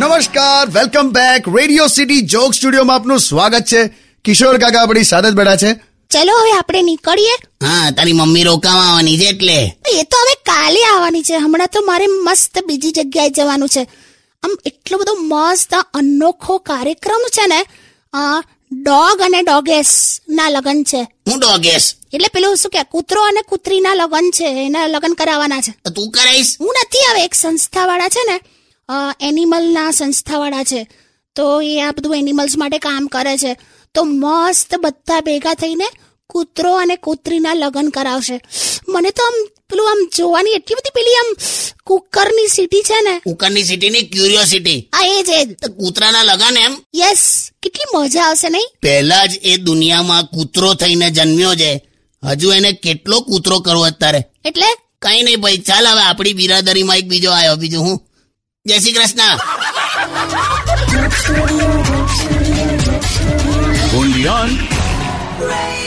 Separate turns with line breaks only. નમસ્કાર welcome back Radio City joke સ્ટુડિયોમાં આપનું સ્વાગત છે કિશોર કાકા આપણી સાથે જ બેઠા છે
ચલો હવે આપણે નીકળીએ
હા તારી મમ્મી રોકાવા આવવાની છે એટલે
એ તો હવે કાલે આવવાની છે હમણાં તો મારે મસ્ત બીજી જગ્યાએ જવાનું છે આમ એટલો બધો મસ્ત અનોખો કાર્યક્રમ છે ને ડોગ અને ડોગેસ ના લગ્ન છે
હું ડોગેસ
એટલે પેલું શું કે કૂતરો અને કૂતરીના લગ્ન છે એના લગ્ન કરાવવાના છે
તો તું કરાઈશ
હું નથી હવે એક સંસ્થાવાળા છે ને એનિમલના સંસ્થાવાળા છે તો એ આ બધું એનિમલ્સ માટે કામ કરે છે તો મસ્ત બધા ભેગા થઈને કૂતરો અને કૂતરીના લગ્ન કરાવશે મને તો આમ પેલું આમ જોવાની એટલી બધી પેલી આમ કુકરની સીટી છે ને
કુકરની સિટીની ક્યુરિયોસિટી
આ એ જ
તો કૂતરાના લગન એમ
યસ કેટલી મજા આવશે નહીં
પહેલા જ એ દુનિયામાં કૂતરો થઈને જન્મ્યો છે હજુ એને કેટલો કૂતરો કરવો અત્યારે
એટલે
કઈ નહીં ભાઈ ચાલ હવે આપણી બિરાદરીમાં એક બીજો આવ્યો બીજું હું જય શ્રી કૃષ્ણ
Undian.
Radio